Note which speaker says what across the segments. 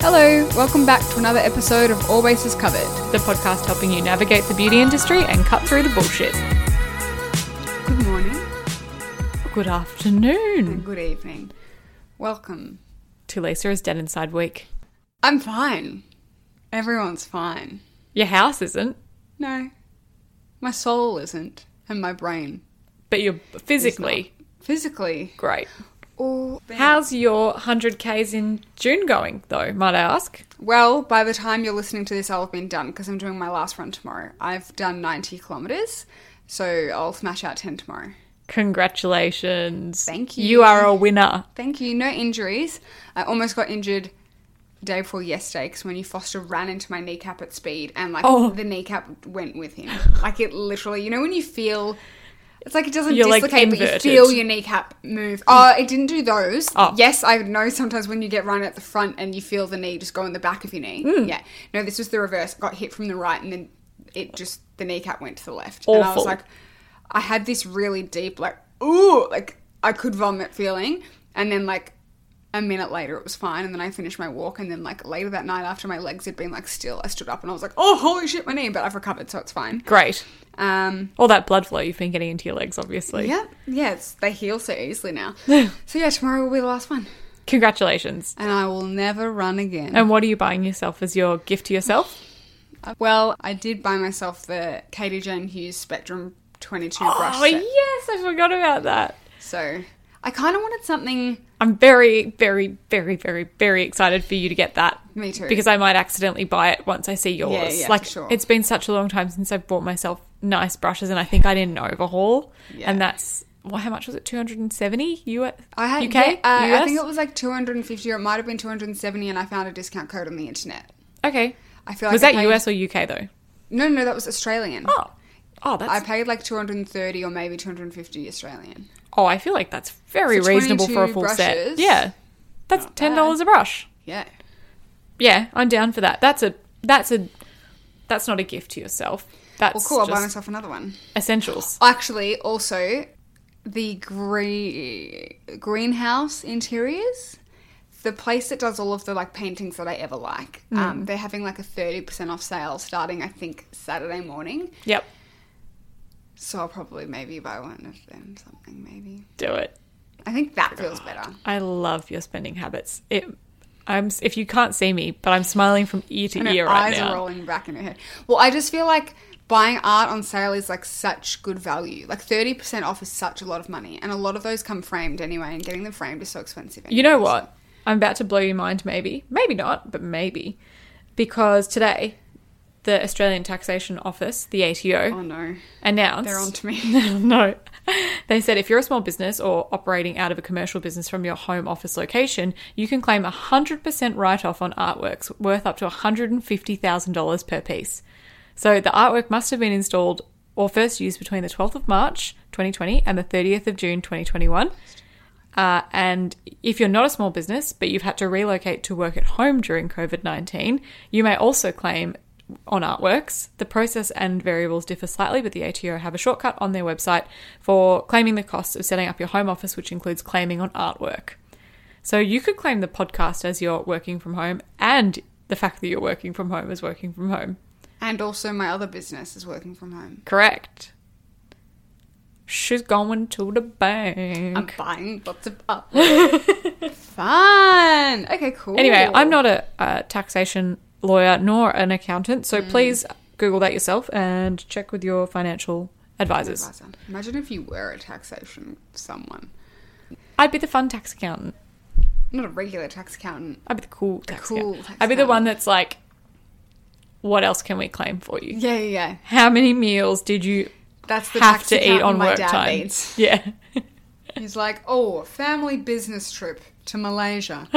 Speaker 1: Hello, welcome back to another episode of All Bases Covered.
Speaker 2: the podcast helping you navigate the beauty industry and cut through the bullshit.
Speaker 1: Good morning
Speaker 2: Good afternoon.
Speaker 1: and good evening. Welcome.
Speaker 2: Tulisa is dead inside week.
Speaker 1: I'm fine. Everyone's fine.
Speaker 2: Your house isn't,
Speaker 1: No, my soul isn't, and my brain.
Speaker 2: but you're physically
Speaker 1: Physically.
Speaker 2: great.
Speaker 1: All
Speaker 2: How's your 100Ks in June going, though, might I ask?
Speaker 1: Well, by the time you're listening to this, I'll have been done because I'm doing my last run tomorrow. I've done 90 kilometres, so I'll smash out 10 tomorrow.
Speaker 2: Congratulations.
Speaker 1: Thank you.
Speaker 2: You are a winner.
Speaker 1: Thank you. No injuries. I almost got injured day before yesterday because Winnie Foster ran into my kneecap at speed and like
Speaker 2: Oh.
Speaker 1: the kneecap went with him. Like it literally, you know, when you feel. It's like it doesn't
Speaker 2: You're, like,
Speaker 1: dislocate,
Speaker 2: inverted.
Speaker 1: but you feel your kneecap move. Oh, it didn't do those.
Speaker 2: Mm. Oh.
Speaker 1: Yes, I know sometimes when you get run at the front and you feel the knee just go in the back of your knee.
Speaker 2: Mm.
Speaker 1: Yeah. No, this was the reverse. Got hit from the right and then it just, the kneecap went to the left. And I
Speaker 2: Awful.
Speaker 1: was like, I had this really deep, like, ooh, like I could vomit feeling. And then, like, a minute later, it was fine. And then I finished my walk. And then, like, later that night, after my legs had been, like, still, I stood up and I was like, oh, holy shit, my knee. But I've recovered, so it's fine.
Speaker 2: Great.
Speaker 1: Um,
Speaker 2: All that blood flow you've been getting into your legs, obviously.
Speaker 1: yeah, yeah, it's, they heal so easily now. so, yeah, tomorrow will be the last one.
Speaker 2: Congratulations.
Speaker 1: And I will never run again. Uh,
Speaker 2: And what are you buying yourself as your gift to yourself?
Speaker 1: well, I did buy myself the Katie Jane Hughes Spectrum 22 brush
Speaker 2: Oh,
Speaker 1: set.
Speaker 2: yes, I forgot about that.
Speaker 1: So, I kind of wanted something.
Speaker 2: I'm very, very, very, very, very excited for you to get that.
Speaker 1: Me too.
Speaker 2: Because I might accidentally buy it once I see yours.
Speaker 1: Yeah, yeah,
Speaker 2: like
Speaker 1: for sure.
Speaker 2: it's been such a long time since I've bought myself nice brushes, and I think I did an overhaul.
Speaker 1: Yeah.
Speaker 2: And that's well, how much was it? Two hundred and seventy US.
Speaker 1: I had,
Speaker 2: UK.
Speaker 1: yeah, uh,
Speaker 2: US?
Speaker 1: I think it was like 250 or it might have been 270 and I found a discount code on the internet.
Speaker 2: okay.
Speaker 1: I feel like Mm.
Speaker 2: was
Speaker 1: I
Speaker 2: that
Speaker 1: paid-
Speaker 2: US or UK though?
Speaker 1: No, no, that was Australian.
Speaker 2: Oh, oh,
Speaker 1: I
Speaker 2: that's.
Speaker 1: paid like 230 or maybe 250 Australian.
Speaker 2: oh, I feel like that's very
Speaker 1: For
Speaker 2: reasonable for
Speaker 1: 22
Speaker 2: a full set.
Speaker 1: brushes?
Speaker 2: Yeah, that's ten dollars a brush.
Speaker 1: Yeah.
Speaker 2: Yeah, I'm down for that. That's a that's a that's not a gift to yourself. That's
Speaker 1: Well, cool. I'll buy
Speaker 2: just
Speaker 1: myself another one.
Speaker 2: essentials.
Speaker 1: Actually, also, the green, greenhouse interiors, the place that does all of the like paintings that I ever like,
Speaker 2: Mm.
Speaker 1: um, they're having like a 30% off sale starting, I think, Saturday morning.
Speaker 2: Yep,
Speaker 1: So I'll probably maybe buy one of them, something maybe.
Speaker 2: do it.
Speaker 1: I think that feels better.
Speaker 2: I love your spending habits. It, I'm if you can't see me, but I'm smiling from ear to
Speaker 1: and her
Speaker 2: ear right
Speaker 1: eyes
Speaker 2: now.
Speaker 1: are rolling back in her head. Well, I just feel like buying art on sale is like such good value. Like thirty percent off is such a lot of money, and a lot of those come framed anyway, and getting them framed is so expensive. Anyway,
Speaker 2: You know
Speaker 1: so-
Speaker 2: what? I'm about to blow your mind. Maybe, maybe not, but maybe because today the Australian Taxation Office, the ATO,
Speaker 1: Oh no,
Speaker 2: announced
Speaker 1: they're on to me.
Speaker 2: no. They said if you're a small business or operating out of a commercial business from your home office location, you can claim a 100% write off on artworks worth up to $150,000 per piece. So the artwork must have been installed or first used between the 12th of March 2020 and the 30th of June 2021. Uh, and if you're not a small business, but you've had to relocate to work at home during COVID 19, you may also claim on artworks. The process and variables differ slightly, but the ATO have a shortcut on their website for claiming the costs of setting up your home office, which includes claiming on artwork. So you could claim the podcast as you're working from home and the fact that you're working from home is working from home.
Speaker 1: And also, my other business is working from home.
Speaker 2: Correct. She's going to the bank.
Speaker 1: I'm buying lots of art. Fun. Okay, cool.
Speaker 2: Anyway, I'm not a, a taxation lawyer nor an accountant, so
Speaker 1: Mm.
Speaker 2: please Google that yourself and check with your financial advisors.
Speaker 1: Advisor. Imagine if you were a taxation someone,
Speaker 2: I'd be the fun tax accountant.
Speaker 1: not a regular tax accountant.
Speaker 2: I'd be the cool tax
Speaker 1: cool
Speaker 2: accountant.
Speaker 1: tax
Speaker 2: I'd be the
Speaker 1: accountant.
Speaker 2: one that's like, what else can we claim for you?
Speaker 1: Yeah, yeah, yeah.
Speaker 2: How many meals did you
Speaker 1: That's the
Speaker 2: have
Speaker 1: tax
Speaker 2: to eat
Speaker 1: accountant
Speaker 2: on
Speaker 1: my
Speaker 2: work
Speaker 1: dad
Speaker 2: time?
Speaker 1: needs.
Speaker 2: Yeah.
Speaker 1: He's like, oh, family business trip to Malaysia.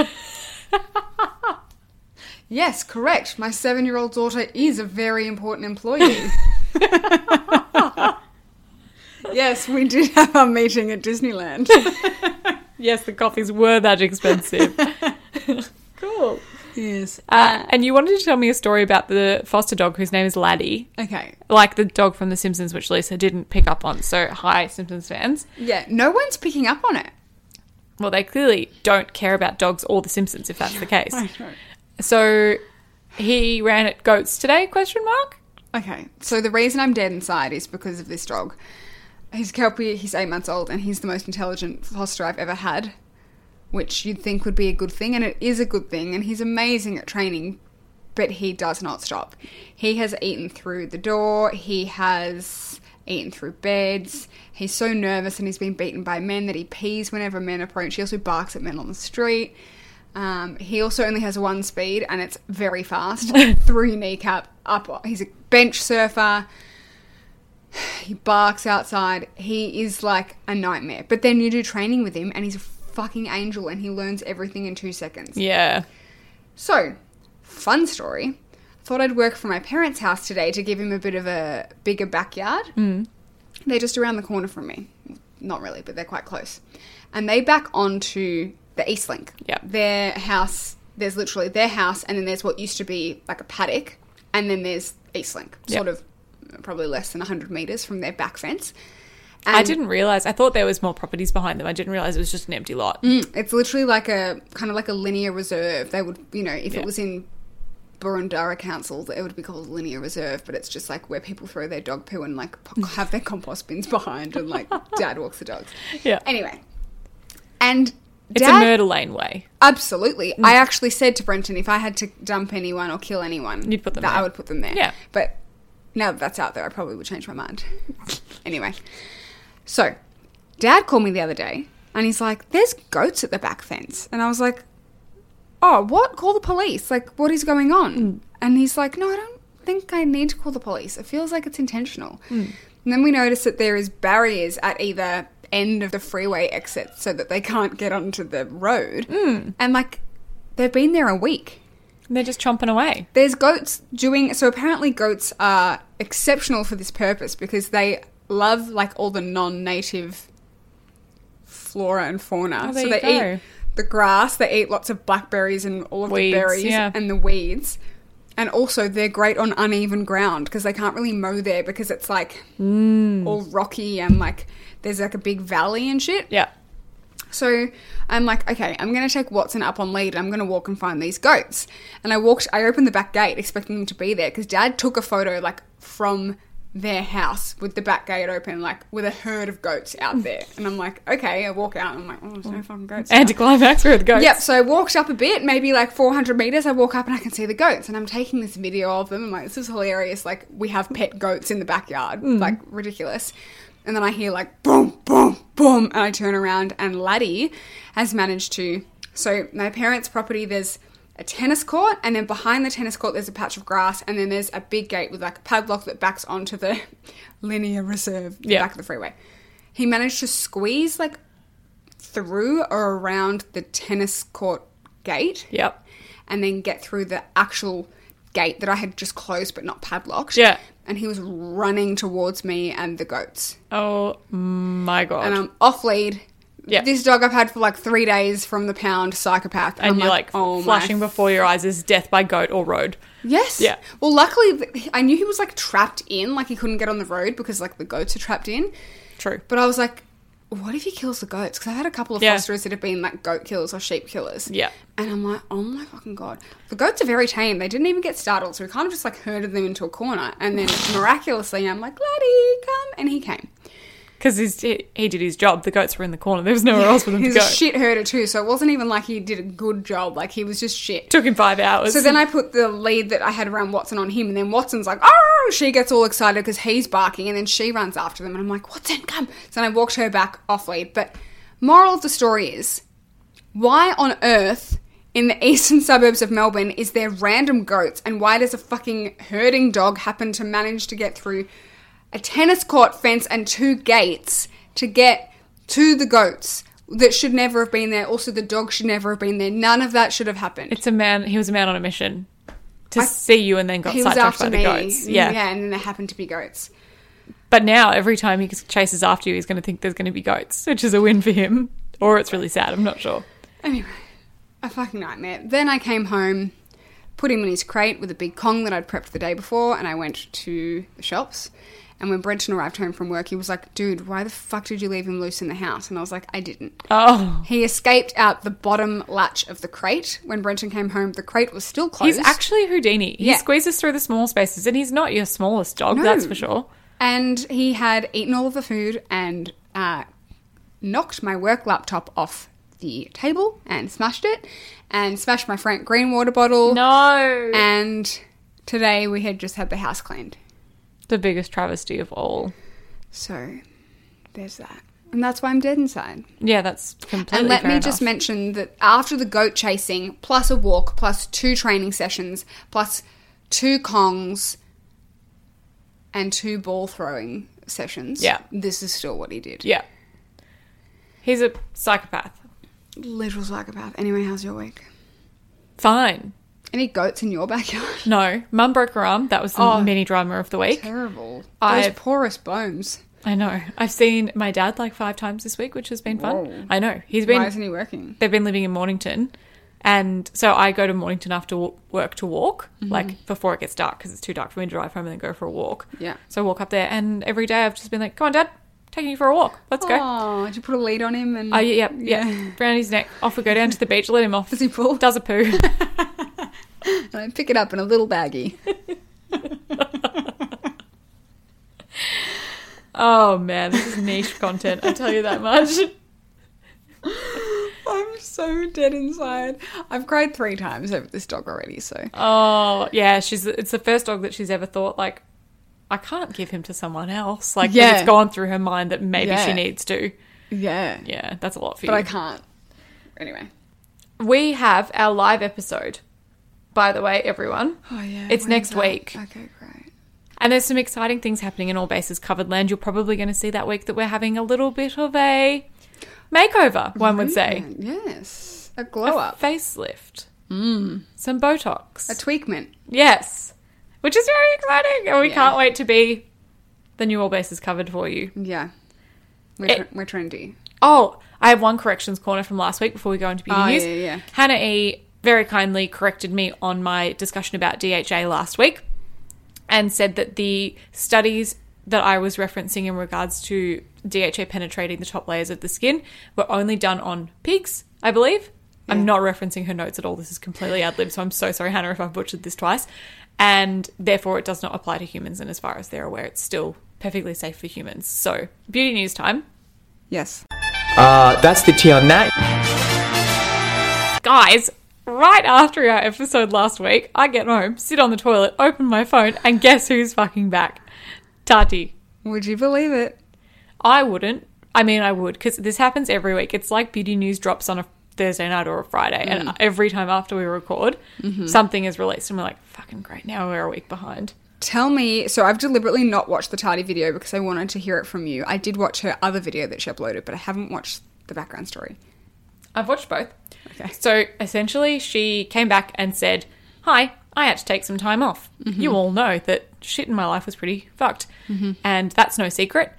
Speaker 1: yes, correct. My seven year old daughter is a very important employee. yes, we did have our meeting at Disneyland.
Speaker 2: yes, the coffees were that expensive. cool.
Speaker 1: yes.
Speaker 2: Uh, and you wanted to tell me a story about the foster dog whose name is Laddie.
Speaker 1: Okay.
Speaker 2: like the dog from The Simpsons, which Lisa didn't pick up on. So, hi, Simpsons fans.
Speaker 1: Yeah, no one's picking up on it.
Speaker 2: Well, they clearly don't care about dogs or The Simpsons if that's the case.
Speaker 1: I know.
Speaker 2: So he ran at goats today? Question mark.
Speaker 1: Okay, so the reason I'm dead inside is because of this dog. He's Kelpie, he's eight months old, and he's the most intelligent foster I've ever had, which you'd think would be a good thing, and it is a good thing, and he's amazing at training, but he does not stop. He has eaten through the door, he has eaten through beds, he's so nervous and he's been beaten by men that he pees whenever men approach. He also barks at men on the street. Um, he also only has one speed, and it's very fast through kneecap up. He's a bench surfer. He barks outside. He is like a nightmare. But then you do training with him, and he's a fucking angel, and he learns everything in two seconds.
Speaker 2: Yeah.
Speaker 1: So, fun story. Thought I'd work from my parents' house today to give him a bit of a bigger backyard. Mm. They're just around the corner from me. Not really, but they're quite close. And they back onto the East Link.
Speaker 2: Yeah.
Speaker 1: Their house, there's literally their house, and then there's what used to be like a paddock, and then there's East Link,
Speaker 2: Yeah.
Speaker 1: sort of probably less than 100 metres from their back fence.
Speaker 2: I didn't realize. I thought there was more properties behind them. I didn't realize it was just an empty lot.
Speaker 1: Mm, It's literally like a kind of like a linear reserve. They would, you know, if
Speaker 2: Yeah.
Speaker 1: it was in Burundara Council, it would be called linear reserve, but it's just like where people throw their dog poo and like po- have their compost bins behind, and like dad walks the dogs.
Speaker 2: Yeah.
Speaker 1: Anyway, and
Speaker 2: It's
Speaker 1: dad,
Speaker 2: a Mm. murder lane way.
Speaker 1: Absolutely. I actually said to Brenton, if I had to dump anyone or kill anyone,
Speaker 2: You'd put them
Speaker 1: that I
Speaker 2: there.
Speaker 1: would put them there.
Speaker 2: Yeah.
Speaker 1: But now that that's out there, I probably would change my mind. anyway, so Dad called me the other day, and he's like, "There's goats at the back fence," and I was like, "Oh, what? Call the police! Like, what is going on?" And he's like, "No, I don't think I need to call the police. It feels like it's intentional." And then we notice that there is barriers at either end of the freeway exit so that they can't get onto the road. And like, they've been there a week.
Speaker 2: And they're just chomping away.
Speaker 1: There's goats doing so. Apparently, goats are exceptional for this purpose because they love like all the non-native flora and fauna.
Speaker 2: Oh, there
Speaker 1: so
Speaker 2: you
Speaker 1: they
Speaker 2: go.
Speaker 1: eat the grass. They eat lots of blackberries and all of
Speaker 2: Weeds,
Speaker 1: the berries
Speaker 2: yeah.
Speaker 1: and the weeds. And also, they're great on uneven ground because they can't really mow there because it's like
Speaker 2: Mm.
Speaker 1: all rocky and like there's like a big valley and shit.
Speaker 2: Yeah.
Speaker 1: So I'm like, okay, I'm going to take Watson up on lead and I'm going to walk and find these goats. And I walked, I opened the back gate expecting them to be there because dad took a photo like from their house with the back gate open, like with a herd of goats out there. And I'm like, okay, I walk out and I'm like, oh, there's no fucking goats.
Speaker 2: Anticlimax where the goats.
Speaker 1: Yep, so I walked up a bit, maybe like 400 meters. I walk up and I can see the goats, and I'm taking this video of them. I'm like, this is hilarious. Like, we have pet goats in the backyard.
Speaker 2: Mm.
Speaker 1: Like, ridiculous. And then I hear like boom, boom, boom, and I turn around, and Laddie has managed to. So, my parents' property, there's a tennis court, and then behind the tennis court, there's a patch of grass, and then there's a big gate with like a padlock that backs onto the linear reserve, the
Speaker 2: Yeah.
Speaker 1: back of the freeway. He managed to squeeze like through or around the tennis court gate
Speaker 2: Yep.
Speaker 1: and then get through the actual gate that I had just closed but not padlocked.
Speaker 2: Yeah.
Speaker 1: And he was running towards me and the goats.
Speaker 2: Oh my god.
Speaker 1: And I'm off lead.
Speaker 2: Yeah.
Speaker 1: This dog I've had for like three days from the pound psychopath.
Speaker 2: and
Speaker 1: I'm
Speaker 2: you're like,
Speaker 1: oh
Speaker 2: flashing
Speaker 1: my.
Speaker 2: before your eyes is death by goat or road.
Speaker 1: Yes.
Speaker 2: Yeah.
Speaker 1: Well, luckily, th- I knew he was like trapped in, like he couldn't get on the road because like the goats are trapped in.
Speaker 2: True.
Speaker 1: But I was like, what if he kills the goats? Because I've had a couple of
Speaker 2: Yeah.
Speaker 1: fosterers that have been like goat killers or sheep killers.
Speaker 2: Yeah.
Speaker 1: And I'm like, oh my fucking god. The goats are very tame. They didn't even get startled. So we kind of just like herded them into a corner. And then miraculously, I'm like, Laddie, come. And he came.
Speaker 2: Because he, he did his job. The goats were in the corner. There was nowhere else for them to
Speaker 1: He's
Speaker 2: go.
Speaker 1: a shit herder too. So it wasn't even like he did a good job. Like he was just shit.
Speaker 2: Took him five hours.
Speaker 1: So then I put the lead that I had around Watson on him, and then Watson's like, oh, she gets all excited because he's barking, and then she runs after them, and I'm like, Watson, come. So then I walked her back off lead. But moral of the story is why on earth in the eastern suburbs of Melbourne is there random goats, and why does a fucking herding dog happen to manage to get through a tennis court fence and two gates to get to the goats? That should never have been there. Also, the dog should never have been there. None of that should have happened.
Speaker 2: it's a man. He was a man on a mission to see you, and then got
Speaker 1: he was
Speaker 2: sidetracked by
Speaker 1: after
Speaker 2: the
Speaker 1: me. Mm,
Speaker 2: goats. Yeah.
Speaker 1: yeah, and then there happened to be goats.
Speaker 2: But now every time he chases after you, he's going to think there's going to be goats, which is a win for him. Or it's really sad. I'm not sure.
Speaker 1: Anyway, a fucking nightmare. Then I came home, put him in his crate with a big Kong that I'd prepped the day before, and I went to the shops And when Brenton arrived home from work, he was like, dude, why the fuck did you leave him loose in the house? And I was like, I didn't.
Speaker 2: Oh.
Speaker 1: He escaped out the bottom latch of the crate. When Brenton came home, the crate was still closed.
Speaker 2: He's actually Houdini. He
Speaker 1: Yeah.
Speaker 2: squeezes through the small spaces, and he's not your smallest dog, that's for sure.
Speaker 1: And he had eaten all of the food and uh, knocked my work laptop off the table and smashed it and smashed my Frank Green water bottle.
Speaker 2: No.
Speaker 1: And today we had just had the house cleaned.
Speaker 2: the biggest travesty of all.
Speaker 1: So there's that. And that's why I'm dead inside.
Speaker 2: Yeah, that's completely.
Speaker 1: And let
Speaker 2: fair
Speaker 1: me
Speaker 2: enough.
Speaker 1: just mention that after the goat chasing, plus a walk, plus two training sessions, plus two Kongs and two ball throwing sessions,
Speaker 2: Yeah.
Speaker 1: this is still what he did.
Speaker 2: Yeah. He's a psychopath.
Speaker 1: Literal psychopath. Anyway, how's your week?
Speaker 2: Fine.
Speaker 1: Any goats in your backyard?
Speaker 2: No, mum broke her arm. That was the mini drama of the week.
Speaker 1: Terrible. Those
Speaker 2: I've-
Speaker 1: porous bones.
Speaker 2: I know. I've seen my dad like five times this week, which has been fun.
Speaker 1: Whoa.
Speaker 2: I know. He's
Speaker 1: Why
Speaker 2: been
Speaker 1: isn't he working?
Speaker 2: they've been living in Mornington. And so I go to Mornington after w- work to walk, like before it gets dark because it's too dark for me to drive home and then go for a walk.
Speaker 1: Yeah.
Speaker 2: So I walk up there, and every day I've just been like, "Come on, Dad, taking you for a walk. Let's go."
Speaker 1: Oh, did you put a lead on him? And
Speaker 2: Oh yeah, yeah, yeah. Round his neck. Off we go down to the beach. Let him off.
Speaker 1: Does he pull?
Speaker 2: Does a poo.
Speaker 1: And I pick it up in a little baggie.
Speaker 2: oh man, this is niche content. I tell you that much.
Speaker 1: I'm so dead inside. I've cried three times over this dog already, so.
Speaker 2: Oh yeah, she's. It's the first dog that she's ever thought like, I can't give him to someone else. Like 'cause
Speaker 1: Yeah.
Speaker 2: it's gone through her mind that maybe
Speaker 1: Yeah.
Speaker 2: she needs to.
Speaker 1: Yeah.
Speaker 2: Yeah, that's a lot for
Speaker 1: But I
Speaker 2: you.
Speaker 1: can't. Anyway.
Speaker 2: we have our live episode, by the way, everyone.
Speaker 1: Oh, yeah.
Speaker 2: It's
Speaker 1: when
Speaker 2: next
Speaker 1: is that?
Speaker 2: week.
Speaker 1: Okay, great.
Speaker 2: And there's some exciting things happening in all bases covered land. You're probably going to see that week that we're having a little bit of a makeover. One would say.
Speaker 1: Brilliant. Yes. A glow
Speaker 2: a
Speaker 1: Mm-hmm. up. Mm.
Speaker 2: facelift, some Botox.
Speaker 1: A tweakment.
Speaker 2: yes, which is very exciting, and we
Speaker 1: Yeah.
Speaker 2: can't wait to be the new all bases covered for you.
Speaker 1: Yeah. We're,
Speaker 2: It-
Speaker 1: tr- we're trendy.
Speaker 2: Oh, I have one corrections corner from last week before we go into beauty
Speaker 1: Oh,
Speaker 2: news.
Speaker 1: yeah, yeah.
Speaker 2: Hannah E very kindly corrected me on my discussion about DHA last week and said that the studies that I was referencing in regards to DHA penetrating the top layers of the skin were only done on pigs, I believe. I'm not referencing her notes at all. This is completely ad lib, so I'm so sorry, Hannah, if I've butchered this twice. And therefore, it does not apply to humans. And as far as they're aware, it's still perfectly safe for humans. So, beauty news time.
Speaker 1: Yes.
Speaker 3: Uh, that's the tea on that.
Speaker 2: guys, right after our episode last week, I get home, sit on the toilet, open my phone, and guess who's fucking back? Tati.
Speaker 1: Would you believe it?
Speaker 2: I wouldn't. I mean, I would, because this happens every week. It's like beauty news drops on a Thursday night or a Friday, and every time after we record, something is released, and we're like, fucking great, now we're a week behind.
Speaker 1: Tell me. So I've deliberately not watched the Tardy video because I wanted to hear it from you. I did watch her other video that she uploaded, but I haven't watched the background story.
Speaker 2: I've watched both.
Speaker 1: Okay.
Speaker 2: So essentially, she came back and said, Hi, I had to take some time off. You all know that shit in my life was pretty fucked. And that's no secret.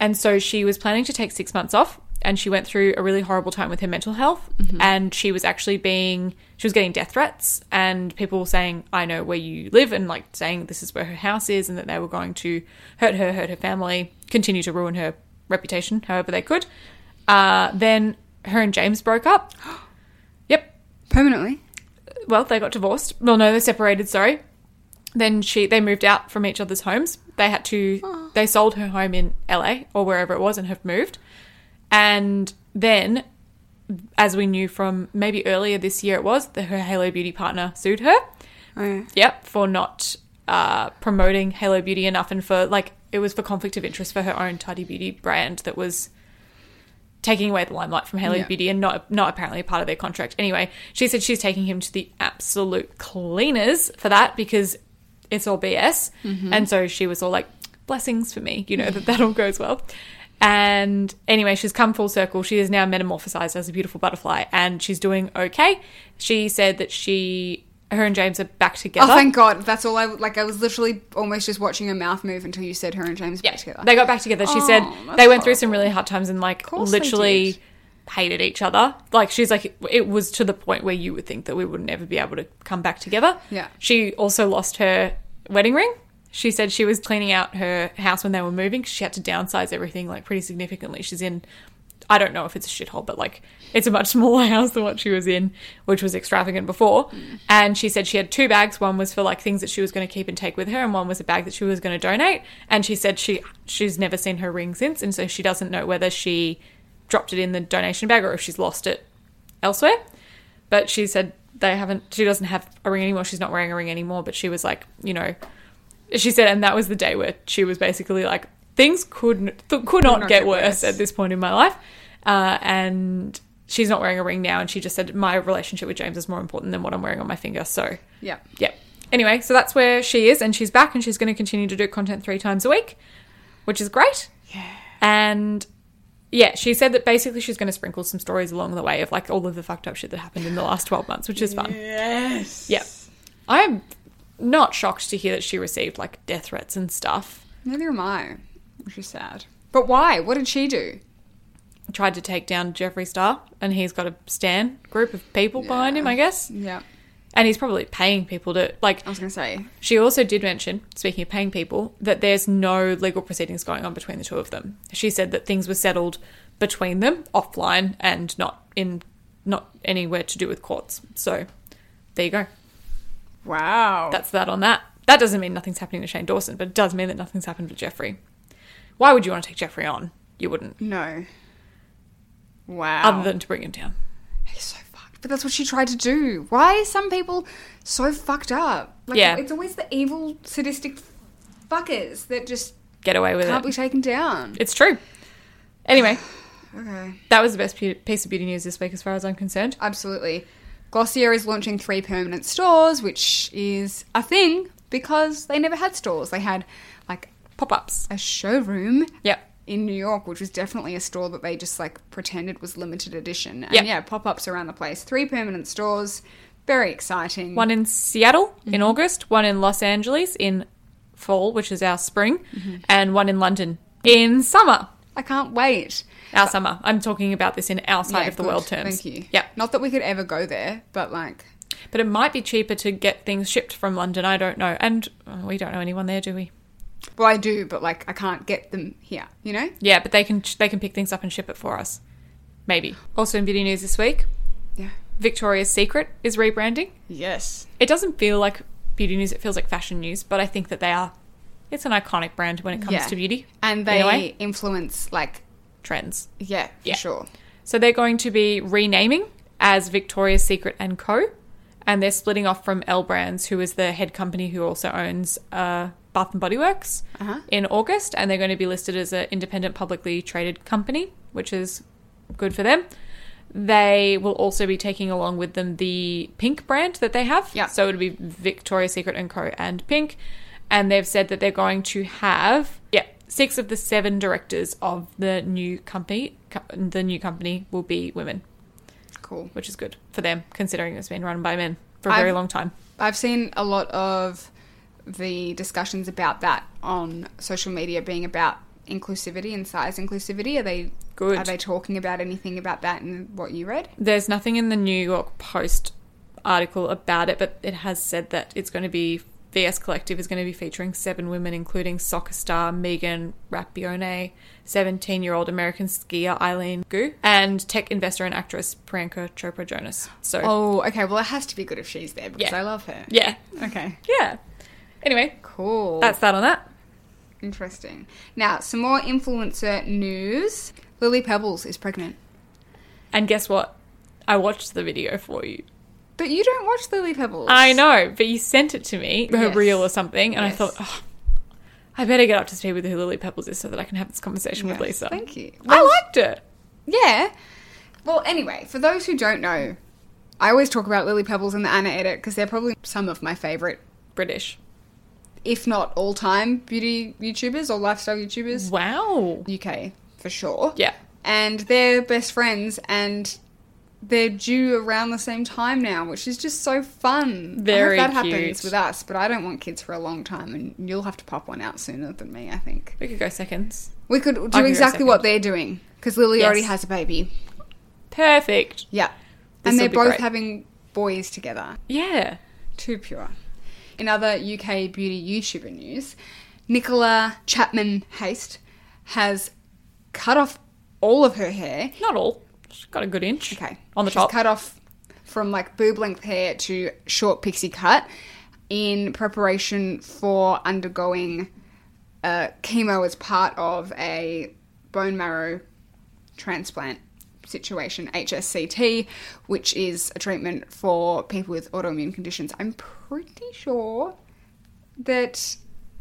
Speaker 2: And so she was planning to take six months off. And she went through a really horrible time with her mental health. And she was actually being, she was getting death threats and people were saying, I know where you live, and like saying this is where her house is, and that they were going to hurt her, hurt her family, continue to ruin her reputation however they could. Uh, then her and James broke up. Yep.
Speaker 1: Permanently?
Speaker 2: Well, they got divorced. Well, no, they separated. Sorry. Then she they moved out from each other's homes. They had to they sold her home in LA or wherever it was and have moved. And then, as we knew from maybe earlier this year, it was that her Halo Beauty partner sued her.
Speaker 1: Oh, yeah.
Speaker 2: Yep, for not uh, promoting Halo Beauty enough and for like it was for conflict of interest for her own Tidy Beauty brand that was taking away the limelight from Halo
Speaker 1: Yeah.
Speaker 2: Beauty and not not apparently a part of their contract. Anyway, she said she's taking him to the absolute cleaners for that because it's all BS.
Speaker 1: Mm-hmm.
Speaker 2: And so she was all like, blessings for me, you know, that that all goes well. And anyway, she's come full circle. She is now metamorphosized as a beautiful butterfly and she's doing okay. She said that she, her and James are back
Speaker 1: Oh,
Speaker 2: together.
Speaker 1: thank God. That's all I like. I was literally almost just watching her mouth move until you said her and James
Speaker 2: Yeah,
Speaker 1: back together.
Speaker 2: They got back together. She said
Speaker 1: Oh, that's
Speaker 2: they went through some
Speaker 1: horrible.
Speaker 2: really hard times and like
Speaker 1: course they
Speaker 2: literally
Speaker 1: did.
Speaker 2: hated each other. Like she's like it- it was to the point where you would think that we would never be able to come back together.
Speaker 1: Yeah.
Speaker 2: She also lost her wedding ring She said she was cleaning out her house when they were moving 'cause she had to downsize everything like pretty significantly. She's in, I don't know if it's a shithole, but like it's a much smaller house than what she was in, which was extravagant before. And she said she had two bags. One was for like things that she was going to keep and take with her, and one was a bag that she was going to donate. And she said she she's never seen her ring since, and so she doesn't know whether she dropped it in the donation bag or if she's lost it elsewhere. But she said they haven't. She doesn't have a ring anymore. She's not wearing a ring anymore. But she was like, you know, she said, and that was the day where she was basically like, things could th- could not,
Speaker 1: not
Speaker 2: get
Speaker 1: get
Speaker 2: worse,
Speaker 1: worse.
Speaker 2: at this point in my life. Uh, and she's not wearing a ring now. And she just said, my relationship with James is more important than what I'm wearing on my finger. So
Speaker 1: Yeah.
Speaker 2: yeah. Anyway, so that's where she is, and she's back, and she's going to continue to do content three times a week, which is great. Yeah. And yeah, she said that basically she's going to sprinkle some stories along the way of like all of the fucked up shit that happened in the last 12 months, which is fun.
Speaker 1: Yes.
Speaker 2: Yeah. I'm not shocked to hear that she received like death threats and stuff.
Speaker 1: Neither am I, which is sad. But why? What did she do?
Speaker 2: Tried to take down Jeffree Star, and he's got a stan group of people behind him, I guess.
Speaker 1: Yeah.
Speaker 2: And he's probably paying people to like
Speaker 1: I was going to say,
Speaker 2: She also did mention, speaking of paying people, that there's no legal proceedings going on between the two of them. She said that things were settled between them offline and not in not anywhere to do with courts. So there you go.
Speaker 1: wow.
Speaker 2: That's that on that. That doesn't mean nothing's happening to Shane Dawson, but it does mean that nothing's happened to Jeffrey. Why would you want to take Jeffrey on? You wouldn't,
Speaker 1: no. Wow.
Speaker 2: other than to bring him down.
Speaker 1: He's so fucked. But that's what she tried to do. Why are some people so fucked up? Like,
Speaker 2: Yeah.
Speaker 1: It's always the evil, sadistic fuckers that just
Speaker 2: Get away with
Speaker 1: can't
Speaker 2: it.
Speaker 1: be taken down.
Speaker 2: it's true. Anyway,
Speaker 1: Okay.
Speaker 2: that was the best pe- piece of beauty news this week, as far as I'm concerned.
Speaker 1: Absolutely. Glossier is launching three permanent stores, which is a thing because they never had stores. They had like
Speaker 2: Pop ups.
Speaker 1: a showroom
Speaker 2: Yep.
Speaker 1: in New York, which was definitely a store that they just like pretended was limited edition. And
Speaker 2: Yep.
Speaker 1: yeah, pop ups around the place. Three permanent stores. Very exciting.
Speaker 2: One in Seattle
Speaker 1: Mm-hmm.
Speaker 2: in August, one in Los Angeles in fall, which is our spring,
Speaker 1: Mm-hmm.
Speaker 2: and one in London in summer.
Speaker 1: I can't wait.
Speaker 2: Our summer. I'm talking about this in our side
Speaker 1: Uh, Yeah,
Speaker 2: of the
Speaker 1: good.
Speaker 2: world terms.
Speaker 1: Thank you.
Speaker 2: Yeah.
Speaker 1: Not that we could ever go there, but like,
Speaker 2: But it might be cheaper to get things shipped from London. I don't know. And oh, we don't know anyone there, do we?
Speaker 1: well, I do, but like, I can't get them here, you know?
Speaker 2: Yeah, but they can they can pick things up and ship it for us. Maybe. Also in beauty news this week,
Speaker 1: Yeah.
Speaker 2: Victoria's Secret is rebranding.
Speaker 1: Yes.
Speaker 2: It doesn't feel like beauty news, it feels like fashion news, but I think that they are it's an iconic brand when it comes
Speaker 1: Yeah.
Speaker 2: to beauty
Speaker 1: And
Speaker 2: In a
Speaker 1: they
Speaker 2: way.
Speaker 1: influence, like,
Speaker 2: trends.
Speaker 1: yeah, for
Speaker 2: Yeah.
Speaker 1: sure.
Speaker 2: So they're going to be renaming as Victoria's Secret and Co. And they're splitting off from L Brands, who is the head company who also owns uh, Bath and Body Works, in August. And they're going to be listed as an independent, publicly traded company, which is good for them. They will also be taking along with them the Pink brand that they have.
Speaker 1: Yeah.
Speaker 2: So it'll be Victoria's Secret and Co. and Pink. And they've said that they're going to have yeah six of the seven directors of the new company. co- The new company will be women,
Speaker 1: Cool.
Speaker 2: which is good for them considering it's been run by men for a very
Speaker 1: I've-
Speaker 2: long time.
Speaker 1: I've seen a lot of the discussions about that on social media being about inclusivity and size inclusivity. Are they
Speaker 2: Good.
Speaker 1: Are they talking about anything about that in what you read?
Speaker 2: There's nothing in the New York Post article about it, but it has said that it's going to be VS Collective is going to be featuring seven women, including soccer star Megan Rapione, 17 year old American skier Eileen Gu, and tech investor and actress Priyanka Chopra Jonas. So,
Speaker 1: Oh, okay. Well, it has to be good if she's there because
Speaker 2: Yeah.
Speaker 1: I love her.
Speaker 2: yeah.
Speaker 1: Okay.
Speaker 2: Yeah. Anyway,
Speaker 1: Cool.
Speaker 2: that's that on that.
Speaker 1: interesting. Now, some more influencer news. Lily Pebbles is pregnant.
Speaker 2: And guess what? I watched the video for you.
Speaker 1: But you don't watch Lily Pebbles.
Speaker 2: I know, but you sent it to me, her
Speaker 1: Yes.
Speaker 2: reel or something, and
Speaker 1: Yes.
Speaker 2: I thought, oh, I better get up to speed with who Lily Pebbles is so that I can have this conversation
Speaker 1: Yes,
Speaker 2: with Lisa.
Speaker 1: thank you.
Speaker 2: I
Speaker 1: Well-
Speaker 2: liked it.
Speaker 1: Yeah. Well, anyway, for those who don't know, I always talk about Lily Pebbles and the Anna edit because they're probably some of my favorite
Speaker 2: British.
Speaker 1: if not all time beauty YouTubers or lifestyle YouTubers.
Speaker 2: Wow.
Speaker 1: UK for sure.
Speaker 2: Yeah.
Speaker 1: And they're best friends and they're due around the same time now, which is just so fun.
Speaker 2: Very
Speaker 1: I hope that
Speaker 2: cute.
Speaker 1: happens with us, but I don't want kids for a long time and you'll have to pop one out sooner than me, I think.
Speaker 2: We could go seconds.
Speaker 1: We could
Speaker 2: can
Speaker 1: do
Speaker 2: go
Speaker 1: exactly what they're doing because Lily
Speaker 2: Yes.
Speaker 1: already has a baby.
Speaker 2: Perfect.
Speaker 1: Yeah.
Speaker 2: This'll
Speaker 1: and they're
Speaker 2: be
Speaker 1: both
Speaker 2: great.
Speaker 1: having boys together.
Speaker 2: Yeah.
Speaker 1: Too pure. In other UK beauty YouTuber news, Nicola Chapman Haste has cut off all of her hair.
Speaker 2: Not all. She's got a good inch.
Speaker 1: Okay.
Speaker 2: On the
Speaker 1: She's
Speaker 2: top.
Speaker 1: cut off from like boob length hair to short pixie cut in preparation for undergoing uh, chemo as part of a bone marrow transplant situation, HSCT, which is a treatment for people with autoimmune conditions. I'm pretty sure that